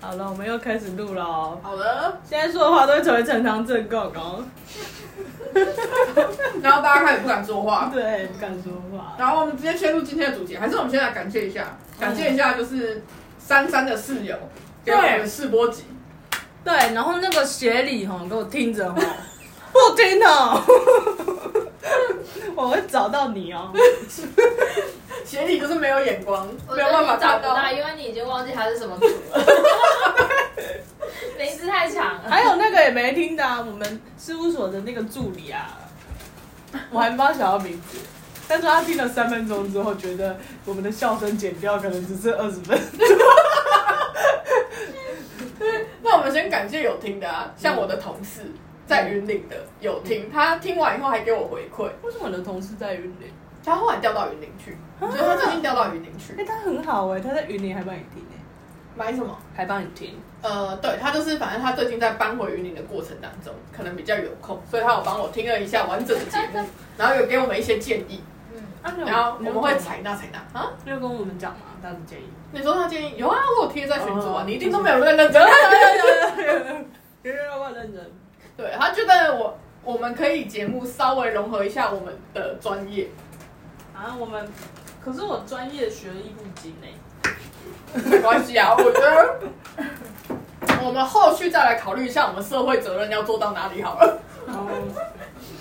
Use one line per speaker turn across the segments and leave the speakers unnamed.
好了，我们又开始录了哦。
好了，
现在说的话都会成为呈堂证供哦。
然后大家开始不敢说话。
对，不敢说话。
然后我们直接切入今天的主题，还是我们先来感谢一下，感谢一下就是珊珊的室友给我们的试播集，
对，然后那个协理吼，给我听着吼， 不听哦， 我会找到你哦。
协理就是没有眼光，
我
没
觉
有
得
办
你
法
找
看
不到，
到。
因为你已经忘记它是什么组 了。名字太长了。
还有那个也没听的、啊，我们事务所的那个助理啊，我还没帮他想到名字，但是他听了三分钟之后，觉得我们的笑声剪掉可能只剩二十分钟。
那我们先感谢有听的啊，像我的同事在云岭的有听，他听完以后还给我回馈，
为什么我的同事在云林？
他后来调到云岭去，
啊
所以他最近调到云岭去
哎、，他很好哎、他在云林还帮你听哎、
买什么？
还帮你听。
呃，对他就是，反正他最近在搬回云林的过程当中，可能比较有空，所以他有帮我听了一下完整的节目， 然后有给我们一些建议，
嗯，
啊、
然后我们会
采，
采纳采纳啊。
你有跟我们讲吗？他的 建议。
你说他建议有啊，我有贴在群组
哦，
啊你一定都没有在认真。
有有有，我认真。
对他觉得我我们可以节目稍微融合一下我们的专 业，
啊，我们可是我专业学艺不精哎、
没关系啊，我觉得。我们后续再来考虑一下，我们社会责任要做到哪里好 了。
哦，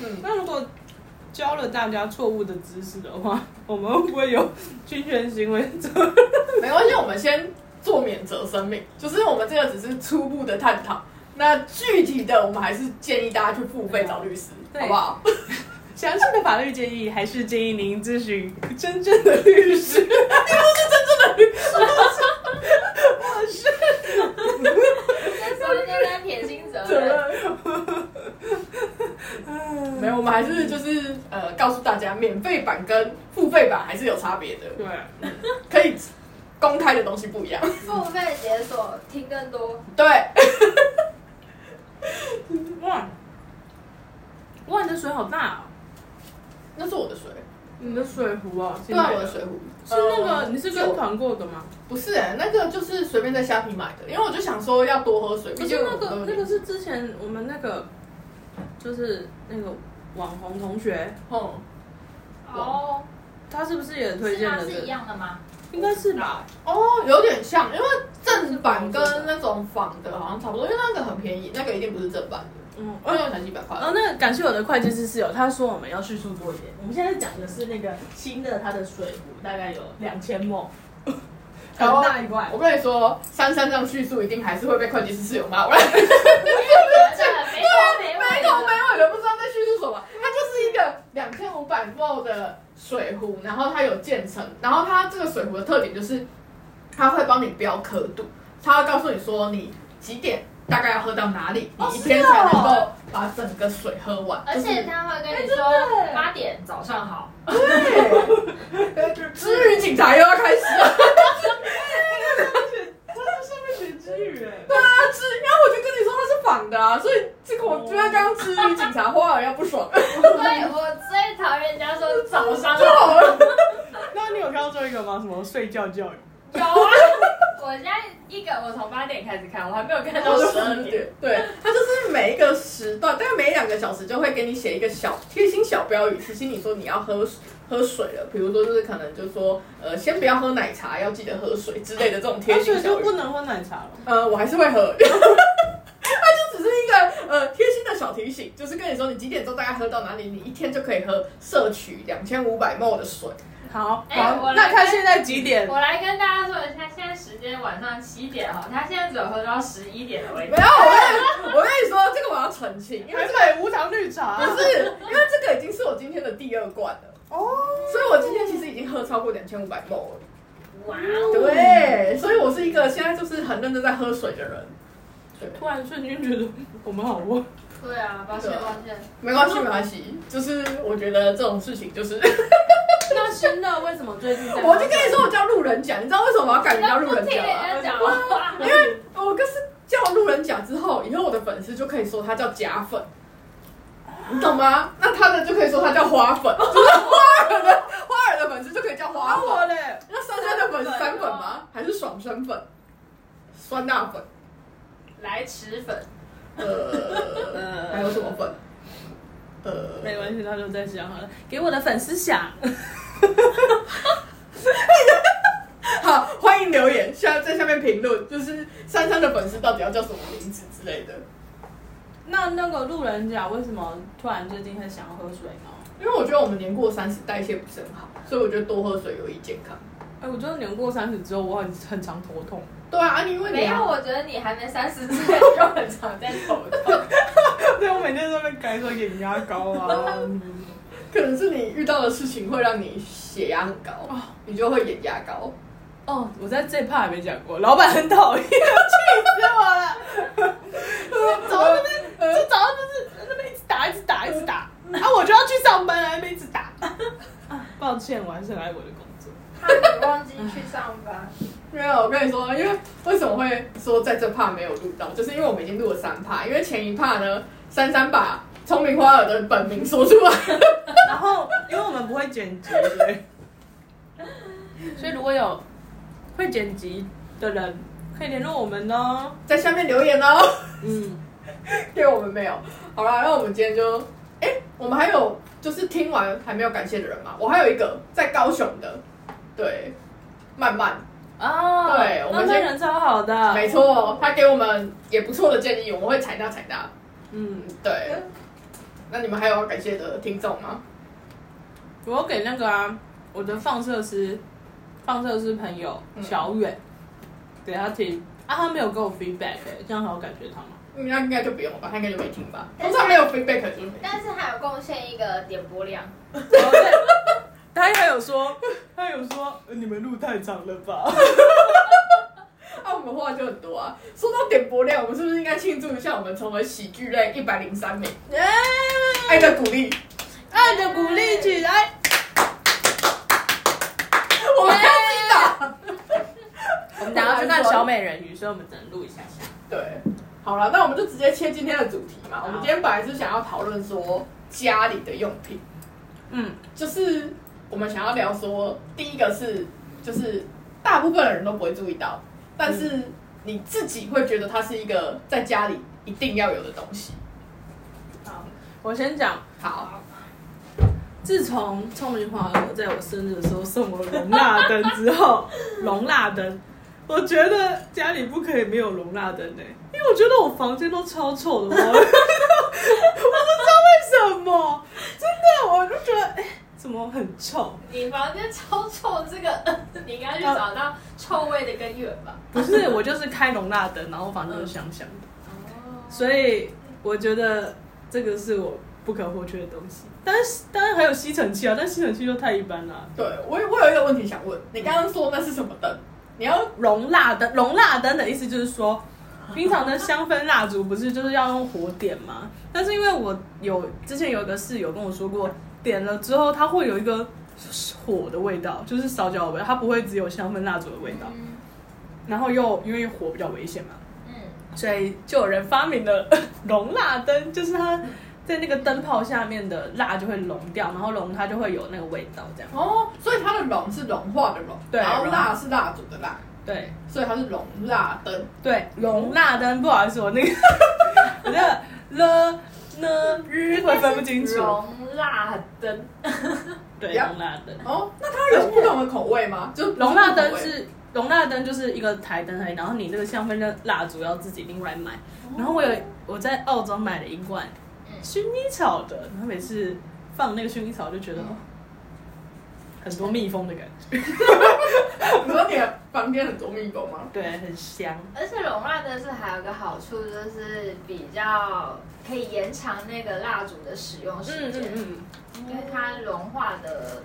嗯，
那如果教了大家错误的知识的话，我们会不会有侵权行为责任？
没关系，我们先做免责声明，就是我们这个只是初步的探讨。那具体的，我们还是建议大家去付费找律师，
对
好不好？
详细的法律建议还是建议您咨询真正的律师。 你不是真正的律师，我是
那时候应该在撇清责
责
任。
任
我是
没有，我们还是就是呃，告诉大家，免费版跟付费版还是有差别的，
对，
可以公开的东西不一样。
付费解锁，听更多。
对，
哇哇，你的水好大、哦，
那是我的水，
你的水壶啊，
对啊，我的水壶
是那个、
呃
你是
就
跟团购的吗？
不是、欸、那个就是随便在虾皮买的，因为我就想说要多喝水，
可是
毕竟
那
我
个
们
那个是之前我们那个就是那个网红同学，
嗯，
哦，
他是不是也推
是
荐
吗？
了
是
这
一
个？
样的吗？
应该是吧？
哦，有点像，因为正版跟那种仿的好像差不多，因为那个很便宜，那个一定不是正版的，
嗯，
那个才几百块。
然后那个感谢我的会计师室友，他说我们要叙述多一点。我们现在讲的是那个新的，它的水壶大概有两千亩，很大一块
我。跟你说，珊珊这样叙述一定还是会被会计师室友骂。我来
我觉得没头没
没
尾
头没
的。
尾的，不知道在叙述什么。它就是一个两千五百 v 的水壶，然后它有渐层，然后它这个水壶的特点就是，它会帮你标刻度，它会告诉你说你几点大概要喝到哪里，
哦
你一天才能够把整个水喝完。
而且
就是
他会跟你说
哎真的
八点早上好，
对，至于警察又要开始啊了。
他是上面写之语哎，
对啊，至于，然后我就跟你说他是仿的啊，所以这个我觉得刚刚至于警察花儿要不爽，
所以我最讨厌人家说早 上
就
好。
好了。
那你有看到最后一个吗？什么睡觉教育？
有啊，我现在一个我从八点开始看，我还没有看到十二点。，
对，它就是每一个时段，大概每两个小时就会给你写一个小贴心小标语，提醒你说你要喝喝水了。比如说，就是可能就说，呃，先不要喝奶茶，要记得喝水之类的这种贴
而
心
且
小
哦就
语
不。能喝奶茶了。
呃，我还是会喝。它就只是一个呃贴心的小提醒，就是跟你说你几点钟大概喝到哪里，你一天就可以喝摄取两千五百 ml 的水。
好，
哎
好，
我
那
来
看现在几点？
我来跟大家说一下，现在时间晚上七点哈，他现在只有喝到十一点的味
没
道。
有，我跟你我跟你说，这个我要澄清，因为
台
这
北无糖绿茶。
个不是，因为这个已经是我今天的第二罐了。
哦，
所以我今天其实已经喝超过两千五百 ml 了。
哇哦！
对，所以我是一个现在就是很认真在喝水的人。
突然瞬间觉得我们好弱。
对啊，抱歉抱歉。
没关系，没关系，就是我觉得这种事情就是，
那新的为什么最近 在？
我就跟你说，我叫路人甲，你知道为什么我要改名叫路
不
人
听
甲吗？
人家讲话，
因为我就是叫路人甲之后，以后我的粉丝就可以说他叫假粉，你懂吗？那他的就可以说他叫花 粉，就是花儿的花儿的粉丝就可以叫花
打
粉。
我嘞！
那珊珊的粉是三粉吗？还是爽身粉？酸辣粉，
来吃粉，
呃，还有什么粉？呃，
没关系，他就在想好了，给我的粉丝想。
好，欢迎留言，下在下面评论，就是珊珊的粉丝到底要叫什么名字之类的。
那那个路人甲为什么突然最近会想要喝水呢？
因为我觉得我们年过三十，代谢不是很好，所以我觉得多喝水有益健康。
哎、我觉得年过三十之后，我很很常头痛。
对啊，啊因为你
没有，我觉得你还没三十岁就很常在头 痛。
对，我每天都在改说眼压高 啊。
可能是你遇到的事情会让你血压很高，你就会眼压高。
哦，我在这趴还没讲过，老板很讨厌，气死我了。早上那边，就早上就是那边一直打，一直打，一直打，啊，我就要去上班了，那边一直打。 啊，抱歉，我还是很爱我的工作。
他你忘记去上班，
没有，我跟你说，因为为什么会说在这趴没有录到，就是因为我们已经录了三趴，因为前一趴呢，珊珊把聪明花儿的本名说出来，
然后，因为我们不会剪辑，对所以如果有会剪辑的人，可以联络我们哦。
在下面留言哦，
嗯，
因为我们没有。好啦，那我们今天就，哎、我们还有就是听完还没有感谢的人嘛，我还有一个在高雄的，对，曼曼，
哦，
对我们
那
先
他人超好的，
没，错，他给我们也不错的建议，我们会采纳采纳。
嗯，
对，那你们还有要感谢的听众吗？
我要给那个啊，我的放射师，放射师朋友
嗯
小远，给他听啊，他没有给我 feedback，、欸、这样还有感觉他吗？
嗯那应该就不用了吧，他应该就没听吧。通常没有 feedback 就是没听。
但是还有贡献一个点播量。
哦他还有说， 他有说你们路太长了吧？
那、啊我们话就很多啊。说到点播量，我们是不是应该庆祝一下我们成为喜剧类一百零三名？爱的鼓励，
哎爱的鼓励起来，
我们要知道。
我们等下去看小美人鱼，所以我们只能录一下下。
对，好了，那我们就直接切今天的主题嘛。我们今天本来是想要讨论说家里的用品，
嗯，
就是我们想要聊说，第一个是就是大部分的人都不会注意到，但是你自己会觉得它是一个在家里一定要有的东西。
好，我先讲。
好，
自从聪明花儿在我生日的时候送我容蜡灯之后，容蜡灯，我觉得家里不可以没有容蜡灯呢、因为我觉得我房间都超臭的，我 我不知道为什么，真的，我就觉得哎、怎么很臭？
你房间超臭，这个 你应该去找到臭味的根源吧？
不是，我就是开容蜡灯，然后房间就香香的，所以我觉得这个是我不可或缺的东西。但是当然还有吸尘器啊，但吸尘器就太一般了、
对我我有一个问题想问，你刚刚说那是什么灯？你要
容蜡灯，容蜡灯的意思就是说，平常的香氛蜡烛不是就是要用火点吗？但是因为我有之前有一个室友跟我说过，点了之后它会有一个火的味道，就是烧焦的味道，它不会只有香氛蜡烛的味道。
嗯
然后又因为火比较危险嘛，
嗯，
所以就有人发明了熔蜡灯，就是它在那个灯泡下面的蜡就会融掉，然后融它就会有那个味道，这样
哦，所以它的融是融化的融，
对
然后
融
蜡是蜡烛的蜡，
对。
所以它是融蜡灯。
对，容纳灯，不好意思，我那个我的了呢日会分不清楚。
容蜡灯，
对，
呀
容纳灯，
哦，那它有不同的口味吗？就是不
容纳灯
同口味
是容纳灯就是一个台灯而已，然后你这个香氛的蜡烛要自己另外买。然后我有我在澳洲买了一罐
嗯
薰衣草的，然后每次放那个薰衣草就觉得。哦很多蜜蜂的感觉，
你说你的房间很多蜜蜂吗？
对，很香。
而且容蜡灯是还有个好处，就是比较可以延长那个蜡烛的使用时间，
嗯
因为它融化的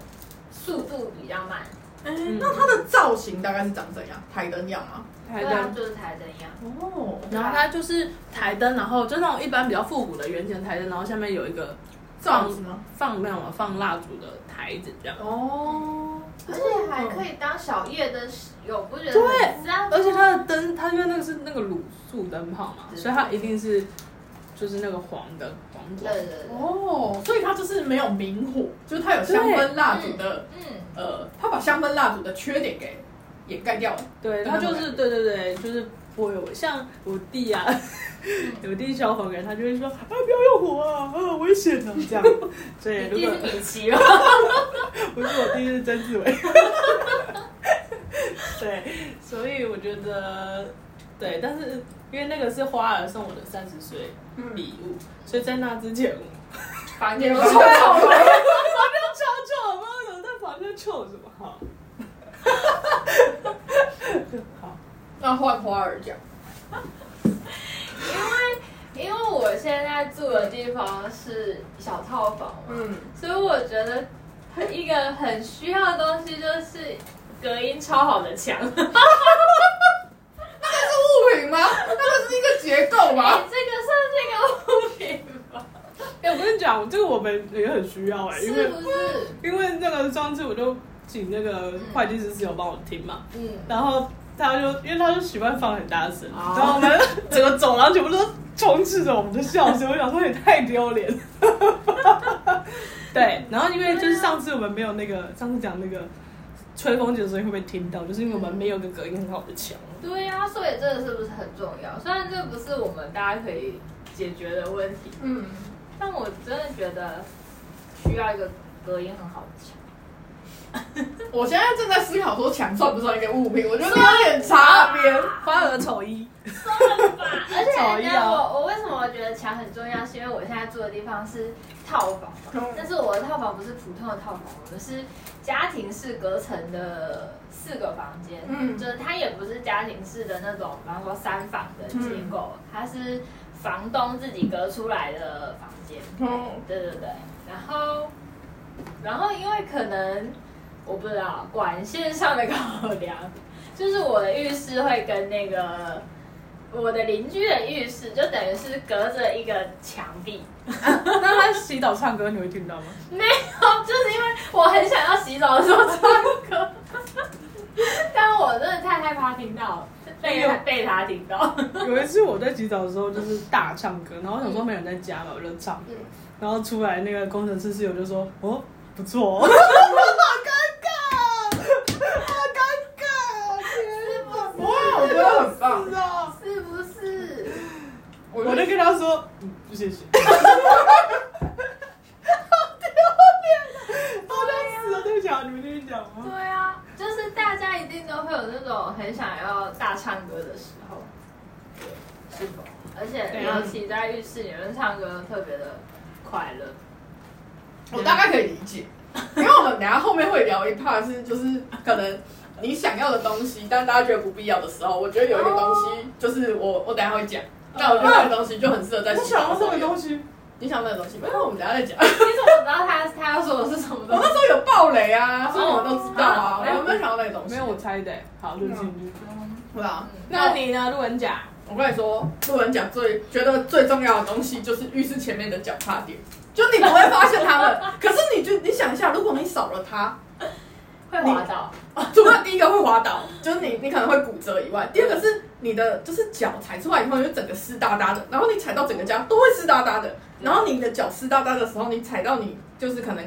速度比较慢。
嗯
那它的造型大概是长怎样？台灯样吗？
台
对
灯
啊，就是台灯一样。
哦，
然后它就是台灯，然后就那种一般比较复古的圆形台灯，然后下面有一个
罩子吗？
放那种放蜡烛的台子这样。
哦，
而且还可以当小夜灯使用，不觉得
对
很赞吗
而且它的灯，它因为那个是那个卤素灯泡嘛，
对
所以它一定是就是那个黄的黄
对
光。
对对，
哦，所以它就是没有明火，就是它有香氛蜡烛的，
嗯，
呃，它把香氛蜡烛的缺点给掩盖掉了。
对，他就是对对对，就是不会有像我弟啊，
嗯
我弟消防员，他就会说啊不要用火啊，啊危险 啊这样。所以
你
如
弟
果
是米奇吗？
不是我弟是曾志伟， 对，所以我觉得对，但是因为那个是花儿送我的三十岁
嗯，
礼物，所以在那之前 我
房
也
间
不
都
错
臭
好
了。
了。
超臭，我不知道有在房间臭什么好。好，
那换花儿讲，
因为我现在住的地方是小套房嘛，
嗯，
所以我觉得一个很需要的东西就是隔音超好的墙。
那是物品吗？那个是一个结构
哎、
吗？
这个算是一个物品吗？
哎、我跟你讲，这个我们也很需要哎、因
是
为
不是？
因为那个上次我就请那个会计师室友帮我听嘛，
嗯，
然后他就因为他就喜欢放很大声，
哦
然后我 们整个走廊全部都充斥着我们的笑声，我想说也太丢脸了。对，然后因为就是上次我们没有那个，上次讲那个吹风机的声音会不会听到，就是因为我们没有一个隔音很好的墙。
对呀、所以这个是不是很重要？虽然这不是我们大家可以解决的问题，
嗯，
但我真的觉得需要一个隔音很好的墙。
我现在正在思考说墙算不算一个物品，我觉得有点差别。
花儿丑衣，
而且
早
你
一
知道
啊
我我为什么觉得墙很重要，是因为我现在住的地方是套房嘛
嗯，
但是我的套房不是普通的套房，我们是家庭式隔层的四个房间，
嗯
就是它也不是家庭式的那种，比方说三房的结
嗯
构，它是房东自己隔出来的房间，
嗯，
对对对，然后然后因为可能我不知道管线上的考量，就是我的浴室会跟那个我的邻居的浴室就等于是隔着一个墙壁，
那他洗澡唱歌你会听到吗？
没有，就是因为我很想要洗澡的 时候唱歌，但我真的太害怕听到了，被 他被他听到，
有一次我在洗澡的时候就是大唱歌，然后我想说没有人在家嘛，我就唱
嗯，
然后出来那个工程师室友就说：“哦，不错、哦。”啊
不会，我觉得很棒。
是不是？
我
我
觉
就
得
跟他说，嗯，不谢 谢。啊好丢脸！好死了，对不起啊，你们继续讲吗？
对啊，就是大家一定都会有那种很想要大唱歌的时候，是否？而且
对啊
尤其在浴室里面唱歌特别的快乐。
我大概可以理解，因为我们等一下后面会聊一 part 是就是可能你想要的东西，但大家觉得不必要的时候，我觉得有一个东西就是我我等一下会讲，但我觉得那个东西就很适合在
我
洗
想
澡
要
的时
这
候
个
用。
东西，
你想要那个东西，没有，我们等一下再讲。
你怎么知道他他要说的是什么
我
东
那
西？
时候有暴雷啊，所以我们都知道啊。
哦
我有没有想到那个东西？
没有我猜的。好，就进去。
对啊。
那你呢，路人甲？
我跟你说，路人甲最觉得最重要的东西就是浴室前面的脚踏垫，就你不会发现它们，可是你就你想一下，如果你少了它，
会滑倒，
除了第一个会滑倒，就是你你可能会骨折以外，第二个是你的就是脚踩出来以后，你就整个湿哒哒的，然后你踩到整个家都会湿哒哒的，然后你的脚湿哒哒的时候，你踩到你就是可能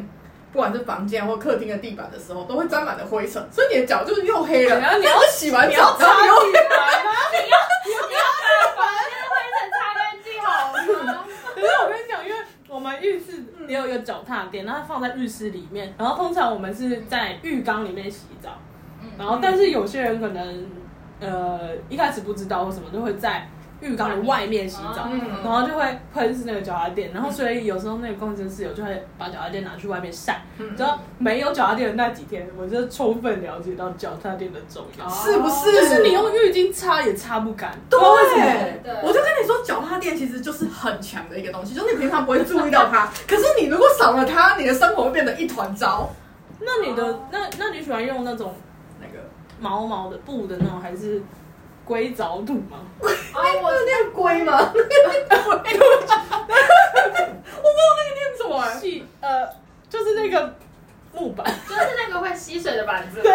不管是房间或客厅的地板的时候，都会沾满了灰尘，所以你的脚就是又黑了。
然后你
哎要洗完
你要，
澡然后
擦
你又
起来吗？
你要把房间的灰尘擦干净 好吗？
可是我跟你讲，因为我们浴室嗯也有一个脚踏垫，然后放在浴室里面，然后通常我们是在浴缸里面洗澡，然后但是有些人可能呃一开始不知道或什么，就会在浴缸的外面哦洗澡，
嗯
然后就会喷是那个脚踏垫，然后所以有时候那个工程室友就会把脚踏垫拿去外面晒。
嗯
只要没有脚踏垫的那几天，我就充分了解到脚踏垫的重要。
哦
是不是？
就是你用浴巾擦也擦不干，
对
不知道为什么。
对
我就跟你说，脚踏垫其实就是很强的一个东西，就是你平常不会注意到它，可是你如果少了它，你的生活会变得一团糟。
那你的
哦
那那你喜欢用那种
那个，
毛毛的布的那种，还是硅藻土吗？
哦，我
那念龟吗？那个龟，我不知道那个念什么、欸。
细呃，就是那个木板，
就是那个会吸水的板子。
对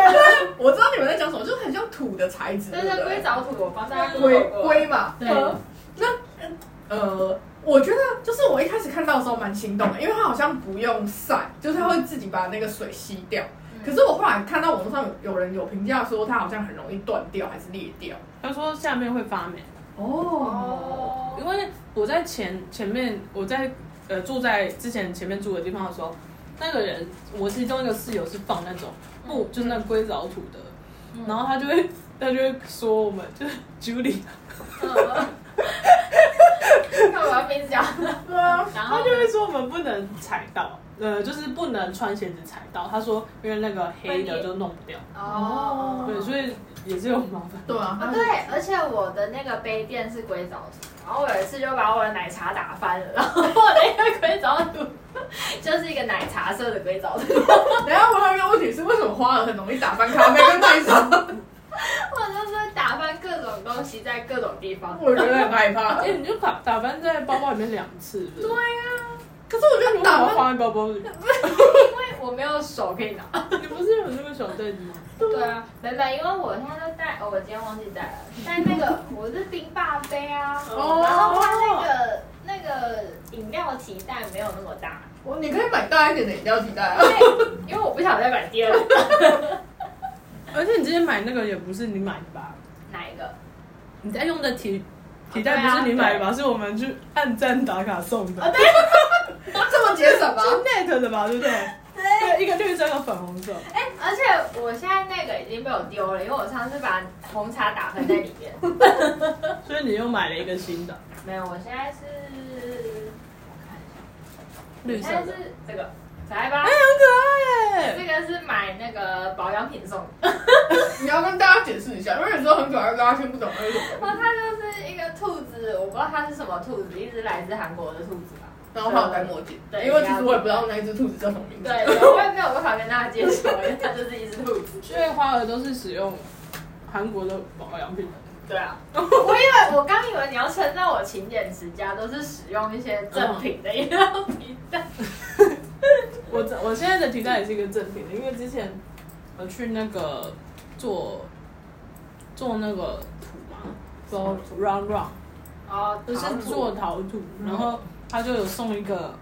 我知道你们在讲什么，就是很像土的材质，
对
不
对，硅藻土，我帮大家
龟
过
龟嘛，
对
嗯那呃，我觉得就是我一开始看到的时候蛮心动的，因为它好像不用晒，就是它会自己把那个水吸掉。可是我后来看到网络上有有人有评价说它好像很容易断掉还是裂掉。
他说下面会发霉，
哦，
哦
因为我在前前面我在呃住在之前前面住的地方的时候，那个人我其中一个室友是放那种木，就是那硅藻土的，
嗯
然后他就会他就会说我们就是 Julie，
嗯看我要被讲，
对啊，
然
他
后
就会说我们不能踩到，呃，就是不能穿鞋子踩到。他说因为那个黑的就弄不掉，
哦，
对，所以也是有麻烦。
对啊，
啊，对，而且我的那个杯垫是硅藻土，然后我有一次就把我的奶茶打翻了，然后我的一个硅藻土 就是一个奶茶色的硅藻土，
然后我还有一个问题是，为什么花儿很容易打翻咖啡跟奶茶？
我就是打翻各种东西在各种地方。
我觉得很害怕。
哎、你就打打翻在包包里面两次，对
对啊，
可是我觉得
你打翻
打翻，
放在包包里，
因为我没有手可以拿。
你不是有那个小袋子吗？
对啊，没没，因为我现在都带，哦，我今天忘记带了，带那个 我是冰霸杯啊，
哦
然后它那个那个饮料提袋没有那么大，
我你可以买大一点的饮料替代啊
因。为因为我不想再买第二个，
而且你之前买那个也不是你买的吧？
哪一个？
你在用的提提袋不是你买的吧？是我们去按赞打卡送的，
这么节省吗？
是 net 的吧？对不对？对，一个绿色，一个粉红色。
哎、而且我现在那个已经被我丢了，因为我上次把红茶打翻在里 面。
所以你又买了一个新的
没有，我现在是，我看一下，
绿
我
色
现在
的，
是这个，可爱吧
哎、？很可爱、
这个是买那个保养品送的。
你要跟大家解释一下，因为有时候很可爱，大家听不懂那是什
然
么。
后它就是一个兔子，我不知道它是什么兔子，一只来自韩国的兔子吧。
然后还有戴墨镜，
对
因为其实我也不知道那一只兔子叫什么名字。
对， 我也没有办法跟大家介绍，因为它就是一只兔子。
因为花儿都是使用韩国的保养品的，
对啊，我以为我刚以为你要称赞我勤俭持家，都是使用一些正品的饮料皮带。
我这我现在的提袋也是一个正品的，因为之前我去那个做做那个土嘛，做 round round，
哦，
就是做陶土，然后他就有送一个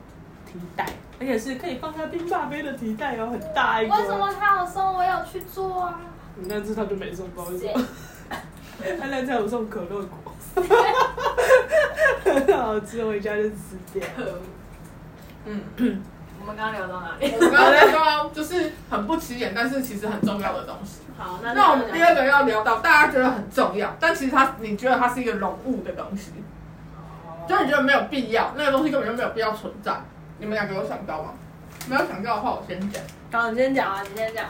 提袋，而且是可以放下冰霸杯的提袋哦，很大一个。
为什么？他有送我有去做啊？
你那次他就没送，不好意思
谁。
他那次有送可乐 果，很好吃，回家就吃掉。
可恶！
嗯，
我们刚刚聊到哪里？
我们刚刚聊到就是很不起眼，但是其实很重要的东 西。
好，那
那我们第二个要聊到，大家觉得很重要，但其实它你觉得它是一个冗物的东西，
哦
就你觉得没有必要，那个东西根本就没有必要存在。你们两个有想到吗？没有想到的话，我先讲。
刚你先
讲，啊，你先讲。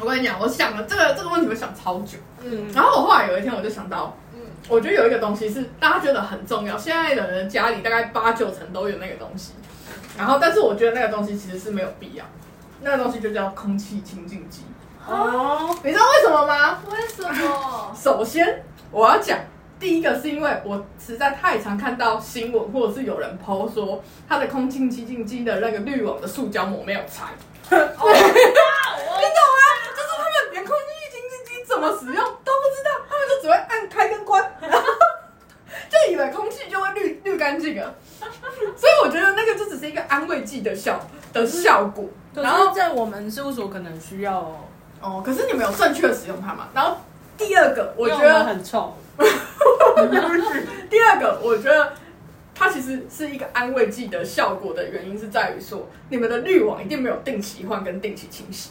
我跟你讲，我想了这个这个问题，我想超久。
嗯，
然后我后来有一天我就想到，
嗯
我觉得有一个东西是大家觉得很重要，现在的人家里大概八九成都有那个东西。然后，但是我觉得那个东西其实是没有必要，那个东西就叫空气清净机。
哦，
你知道为什么吗？
为 什么？
首先我要讲，第一个是因为我实在太常看到新闻或者是有人 PO 说他的空气清净机的那个滤网的塑胶膜没有拆，你
哦
懂吗？就是他们连空气清净机怎么使用都不知道，他们就只会按开跟关，然后就以为空气就会滤 滤干净了。所以我觉得那个就只是一个安慰剂的效的效果。
然后在我们事务所可能需要哦，
哦，可是你们有正确的使用它吗？然后第二个，我觉
因为
得
们很臭，
第二个，我觉得它其实是一个安慰剂的效果的原因是在于说，你们的滤网一定没有定期换跟定期清洗。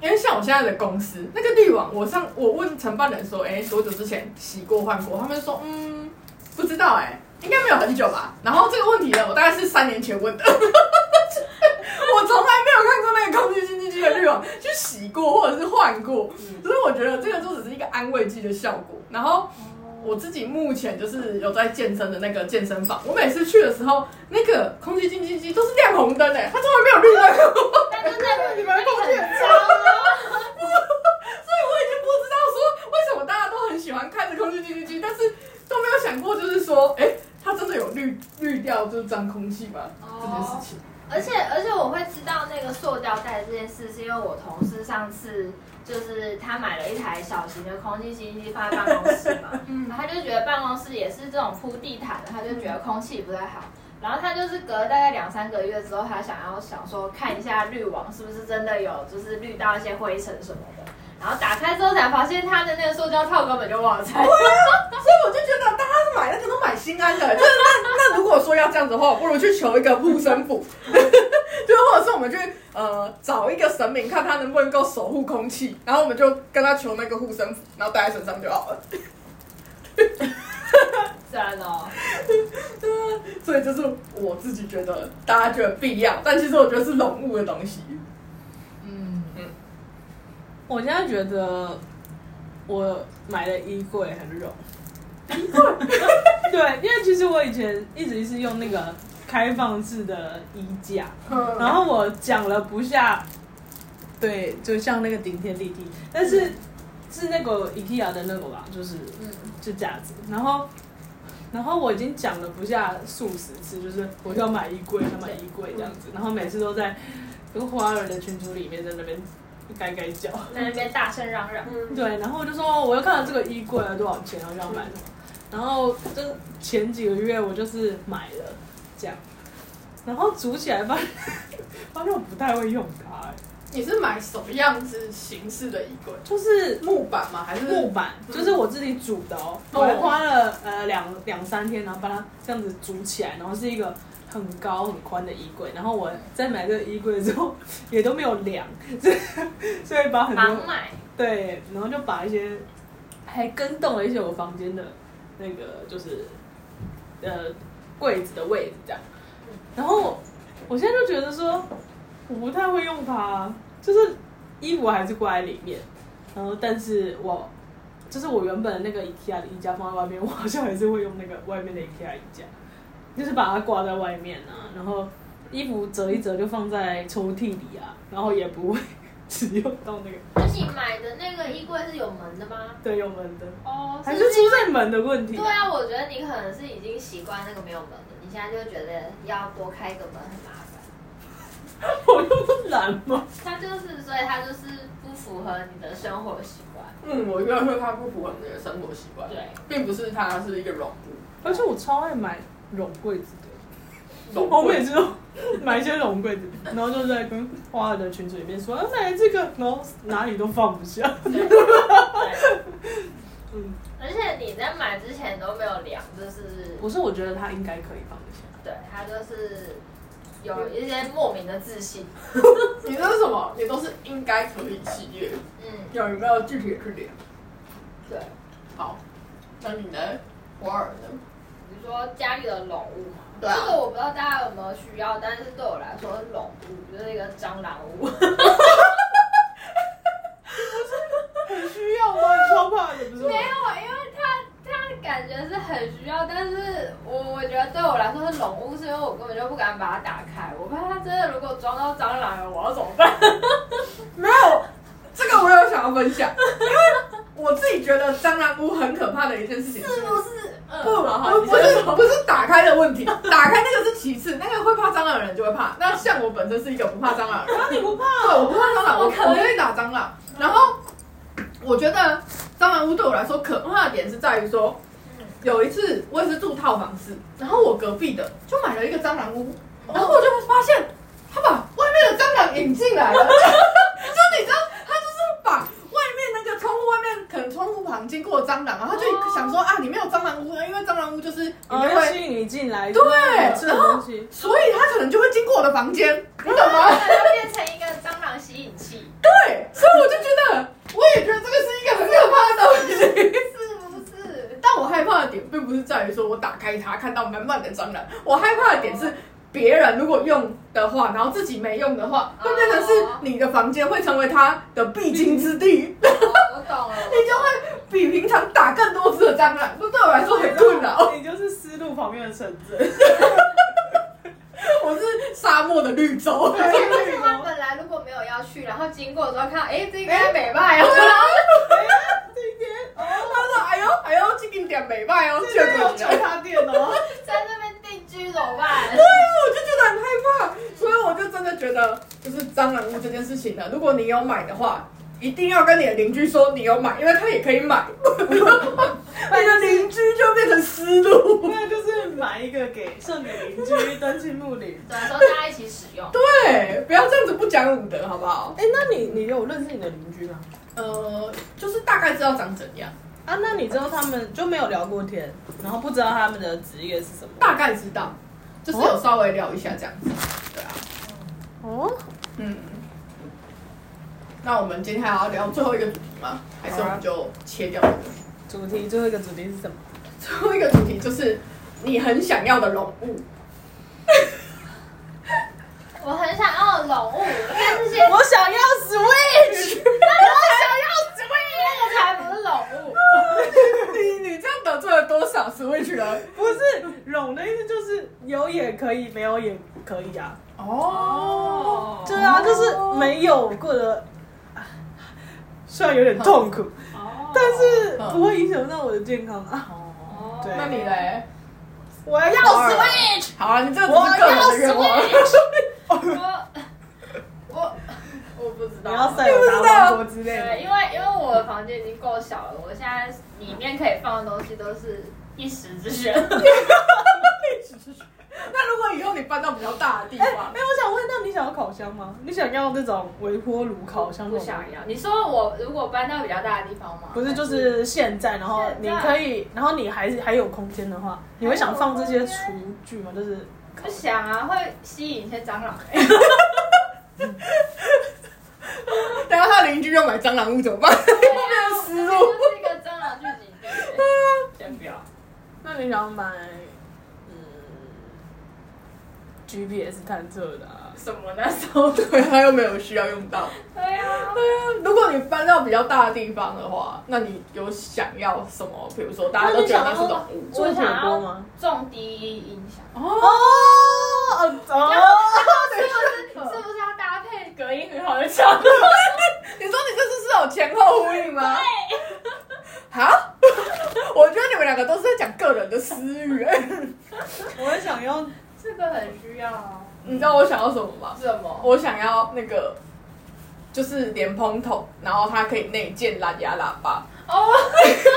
因为像我现在的公司那个滤网，我上我问承办人说，哎、多久之前洗过换过？他们说，嗯，不知道、哎，应该没有很久吧。然后这个问题呢，我大概是三年前问的， 我从来没有看过那个空气清净机的滤网去洗过或者是换过，所以我觉得这个就只是一个安慰剂的效果。然后我自己目前就是有在健身的那个健身房，我每次去的时候，那个空气净净机都是亮红灯诶、欸它从来没有绿灯 过，
那就代表你们很脏 啊！
所以我已经不知道说为什么大家都很喜欢看着空气净净机，但是都没有想过就是说，哎、它真的有滤滤掉就是脏空气吗？这件事情，
而且而且我会知道那个塑胶袋这件事，是因为我同事上次就是他买了一台小型的空气清新机放在办公室嘛，
嗯
然后他就觉得办公室也是这种铺地毯的，他就觉得空气不太好。然后他就是隔大概两三个月之后，他想要想说看一下滤网是不是真的有，就是滤到一些灰尘什么的。然后打开之后才发现，他的那个塑胶套根本就忘了
所
拆。
以我就觉得大家买那个都买心安的， 就是那那如果说要这样子的话，我不如去求一个护身符， 就是或者是我们去呃找一个神明，看他能不能够守护空气，然后我们就跟他求那个护身符，然后带在身上就好了。
自然哦，
所以这是我自己觉得大家觉得必要，但其实我觉得是笼物的东西。
嗯，
我现在觉得我买的衣柜很冗。 对，因为其实我以前一直是用那个开放式的衣架，然后我讲了不下，对，就像那个顶天立地，但是是那个 IKEA 的那个吧，就是
嗯
就架子，然后然后我已经讲了不下数十次，就是我要买衣柜，要买衣柜这样子，然后每次都在跟花儿的群组里面在那边改改脚，
在那边大声嚷嚷，
嗯，
对，然后我就说哦我又看到这个衣柜啊多少钱，然后就要买什么，然后就前几个月我就是买了这样，然后组起来发现 发现我不太会用它、欸
你是买什么样子形式的衣柜？
就是
木板吗？还是
木板，就是我自己煮的哦，我
哦
还花了呃两两三天，然后把它这样子煮起来，然后是一个很高很宽的衣柜，然后我在买这个衣柜之后 也都没有量，所以所以把很多
盲买。
对，然后就把一些还跟动了一些我房间的那个就是呃柜子的位置这样，然后我我现在就觉得说我不太会用它，就是衣服还是挂在里面，然后但是我就是我原本的那个 IKEA 的衣架放在外面，我好像还是会用那个外面的 IKEA 衣架，就是把它挂在外面啊，然后衣服折一折就放在抽屉里啊，然后也不会 只用到那个。
那你买的那个衣柜是有门的吗？
对，有门的，
哦，
还
不
是出在门的问题。
对啊，我觉得你可能是已经习惯那个没有门的，你现在就觉得要多开一个门很麻烦。
我又不懒嘛。
它就是，所以它就是不符合你的生活习惯。
嗯，我个人会它不符合你的生活习惯，
对，
并不是它是一个笼物。
而且我超爱买绒柜子的，
笼
我
柜
每次都买一些绒柜子，然后就在跟花儿的群组里面说，啊买了这个，然后哪里都放不下。
对，对
嗯，
而且你在买之前都没有量，就是
不是，我觉得他应该可以放得下。
对它就是有一些莫名的自信。
你这是什么？你都是应该可以系列，
嗯，
有没有具体的去量？
对，
好，那你呢？花儿呢？
比如说家里的笼物嘛，
对啊
这个我不知道大家有没有需要，但是对我来说，笼物就是一个蟑螂屋。
很需要吗？超怕的，不是
没有，因为他他感觉是很需要，但是我我觉得对我来说是笼屋，是因为我根本就不敢把它打开，我怕它真的如果装到蟑螂了，我要怎么办？
没有，这个我有想要分享，因为我自己觉得蟑螂屋很可怕的一件事情
是不是？
不呃
嗯，好好，
不
你
不是不是打开的问题， 打开那个是其次，那个会怕蟑螂的人就会怕。那像我本身是一个不怕蟑螂的人，
啊
那你不怕？
对，我不怕蟑螂，我
我可以
我不会打蟑螂。然后我觉得蟑螂屋对我来说可怕的点是在于说，有一次我也是住套房式，然后我隔壁的就买了一个蟑螂屋，
哦
然后我就发现他把外面的蟑螂引进 来了，就你知道，他就是把外面那个窗户外面可能窗户旁经过的蟑螂，然后他
哦
就想说啊，里面有蟑螂屋，因为蟑螂屋就是里
哦，
面
要
会，
吸引你进来，
对
这种东 西。
所以他可能就会经过我的房间，你懂吗？
啊
它变成一个蟑螂吸引器，
对，所以我就觉得，我也觉得这个是一个很可怕的东西。
是不是？
但我害怕的点并不是在于说我打开它看到满满的蟑螂，我害怕的点
哦
是别人如果用的话，然后自己没用的话，会变成是
哦
你的房间会成为它的必经之地，
哦我懂了，
你就会比平常打更多只的蟑螂，这对我来说很困扰。
你就是思路旁边的城镇，
我是沙漠的绿洲，
而且就是他本来如果没有要去，然后经过的时候看到，哎，这应该美
哎
败
呦
哦。，
今天
他
哦，
说哎呦哎呦，这个点没卖哦，
今
确
天有
诊
酒他店哦。
在那边定居怎么办？
对啊，我就觉得很害怕，所以我就真的觉得，就是蟑螂屋这件事情呢，如果你有买的话，一定要跟你的邻居说你有买，因为他也可以买， 你的邻居就变成思路。
那就是买一个给送给邻居
不好？
哎、那你你有认识你的邻居吗？
呃，就是大概知道长怎样，
啊，那你知道他们就没有聊过天，然后不知道他们的职业是什么？
大概知道，就是有稍微聊一下这样子，对啊，
哦，
嗯。那我们今天还要聊最后一个主题吗？还是我们就切掉这
主
个？
题最后一个主题是什么？
最后一个主题就是你很想要的荣物，
我很想要龙物，但是现在
我想要 Switch，
那个才不是龙物。
你你这样得罪了多少 Switch 人？
不是“拢”的意思就是有也可以，没有也可以啊。
哦，
对啊，就是没有过得，啊虽然有点痛苦，
哦
但是不会影响到我的健康啊。
哦
对
那你嘞？
我要 Switch，
好啊，你这个只是个人的愿
我
望
要，我我我不知道，
你要塞尔
你不知
达
道
王国之类
对，因
的。
为因为我的房间已经够小了，我现在里面可以放的东西都是一时之选。
那如果以后你搬到比较大的 地
哎、
方
哎、，我想问，那你想要烤箱吗？你想要那种微波炉烤箱
不
那种吗？
想要。你说我如果搬到比较大的地方吗？
不是，就是现在，然后
现
你
在
可以，然后你还是还有空间的话，你会想放这些厨具吗？就是
不想啊，会吸引一些蟑螂。欸
然后他的邻居又买蟑螂屋怎 么办？
有
失落
啊就是一个蟑螂聚集地。先不要。
那你想买嗯 GPS 探测的、啊？
什么那时候？
对，啊他又没有需要用到。
对啊，
对啊， 如果你搬到比较大的地方的话，那你有想要什么？比如说
啊
大家都觉得那是种物
做
我
火
想
锅
要
吗
重低音响。
哦
哦，
哦，
是不是是不是要搭配隔音很好的墙？
你说你这次是有前后呼应吗？好， 我觉得你们两个都是在讲个人的私欲。欸
嗯我也想要
这个很需要啊。
你知道我想要什么吗？
什么？
我想要那个，就是连蓬头，然后它可以内建蓝牙喇叭。
哦，
我那时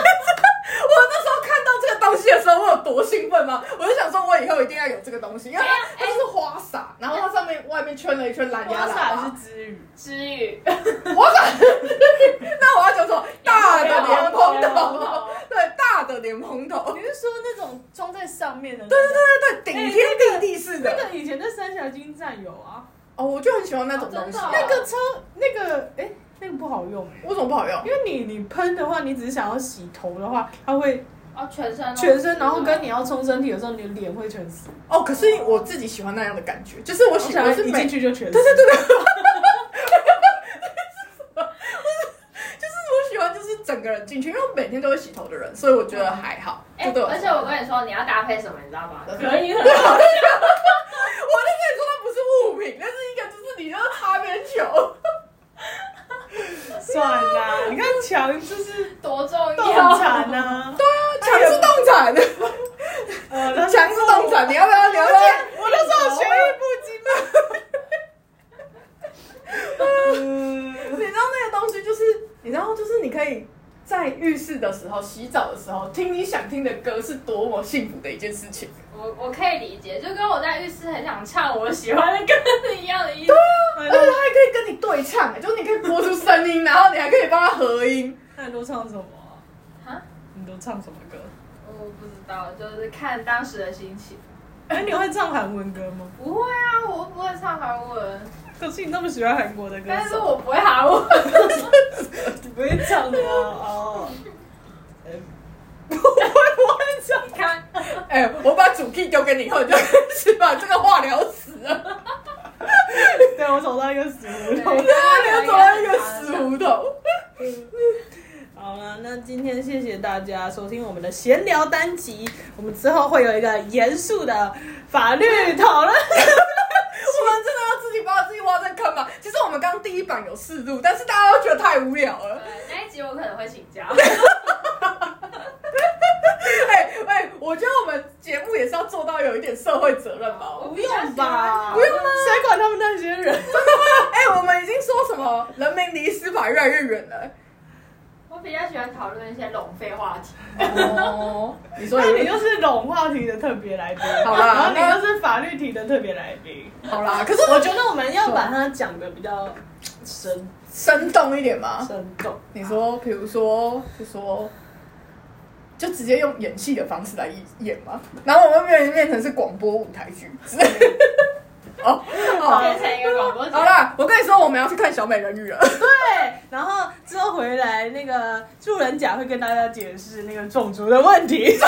候看到这个东西的时候，我有多兴奋吗？我就想说，我以后一定要有这个东西，因为
啊
它它就是花洒，然后它上面外面圈了一圈蓝牙
哎花
喇
洒是
叭。
之语，
之语。
花洒，那我要讲什么？大的莲蓬
莲
头
蓬头，
对，大的莲蓬头，
你是说那种装在上面的？
对对对对对，顶天立地式
哎那
的。
个以前在三峡金站有啊，
哦，我就很喜欢那种东西。
哦真的哦
那个超那个哎、那个不好用、欸
为什么不好用？
因为你你喷的话，你只是想要洗头的话，它会
哦，全身都
全身，然
嗯
后跟
你
你要冲身体的时候，你的脸会全湿。
哦，可是我自己喜欢那样的感觉，就是我
哦我
喜
想
欢
要
是
一
每
进去就全湿。
对对对对，就是我喜欢就是整个人进去，因为我每天都会洗头的人，所以我觉得还好，
哎、
就对我来
而
说。
且我跟你说，你要搭配什么，你知道 吗？
嗯
隔音很
我
好。
就跟你说它不是物品，那是一个就是你那个擦边球，
算啦，你看墙就是
多重要？
动产呐、啊，
墙是动产，
呃，那
墙是动产，你要不要聊聊？
我那时候学艺不精嘛。嗯
你知道那个东西就是，你知道就是你可以在浴室的时候、洗澡的时候听你想听的歌，是多么幸福的一件事情。
我我可以理解，就跟我在浴室很想唱我喜欢的歌是一样的意思。
那
而
你
且它
都
还可以跟你对唱，就是你可以播出声音，然后你还可以帮它合音。
那你都唱什么啊？
啊
你都唱什么歌？
我不知道，就是看当时的心情。
哎、你会唱韩文歌吗？
不会啊，我不会唱韩文，
可是你那么喜欢韩国的歌
但是
手，
我不会 韩文。
你不会唱的 哦。哦哎不会，不会唱。
你看，
哎、我把主 key 丢给你以后，你就开始把这个话聊死了。
对，我找到一个死胡同。
对啊，你又走到一个死胡同。
好了，那今天谢谢大家收听我们的闲聊单集，我们之后会有一个严肃的法律讨论。
我们真的要自己把自己挖在坑吗？其实我们刚第一版有试录，但是大家都觉得太无聊
对
了。
那一集我可能会请假。
哎、哎、我觉得我们节目也是要做到有一点社会责任吧。
我
不
比较喜欢
用吧，
不用吗
谁管他们那些人？
哎、我们已经说什么人民离司法越来越远了。
我比较喜欢讨论一些冷废话题。
哦，你说
那
有
你就是懂话题的特别来宾，
好啦
然后
那
你就是法律题的特别来宾。
好啦，可是我
我觉得我们要把它讲的比较生
生动一点吗？
生动。
你说，比如说，就说，就直接用演戏的方式来演演嘛，然后我们变变成是广播舞台剧 之类的。哦，好，
变成一个广播节目
好啦，我跟你说，我们要去看小美人鱼了。
对，然后 之后回来那个助人甲会跟大家解释那个种族的问题。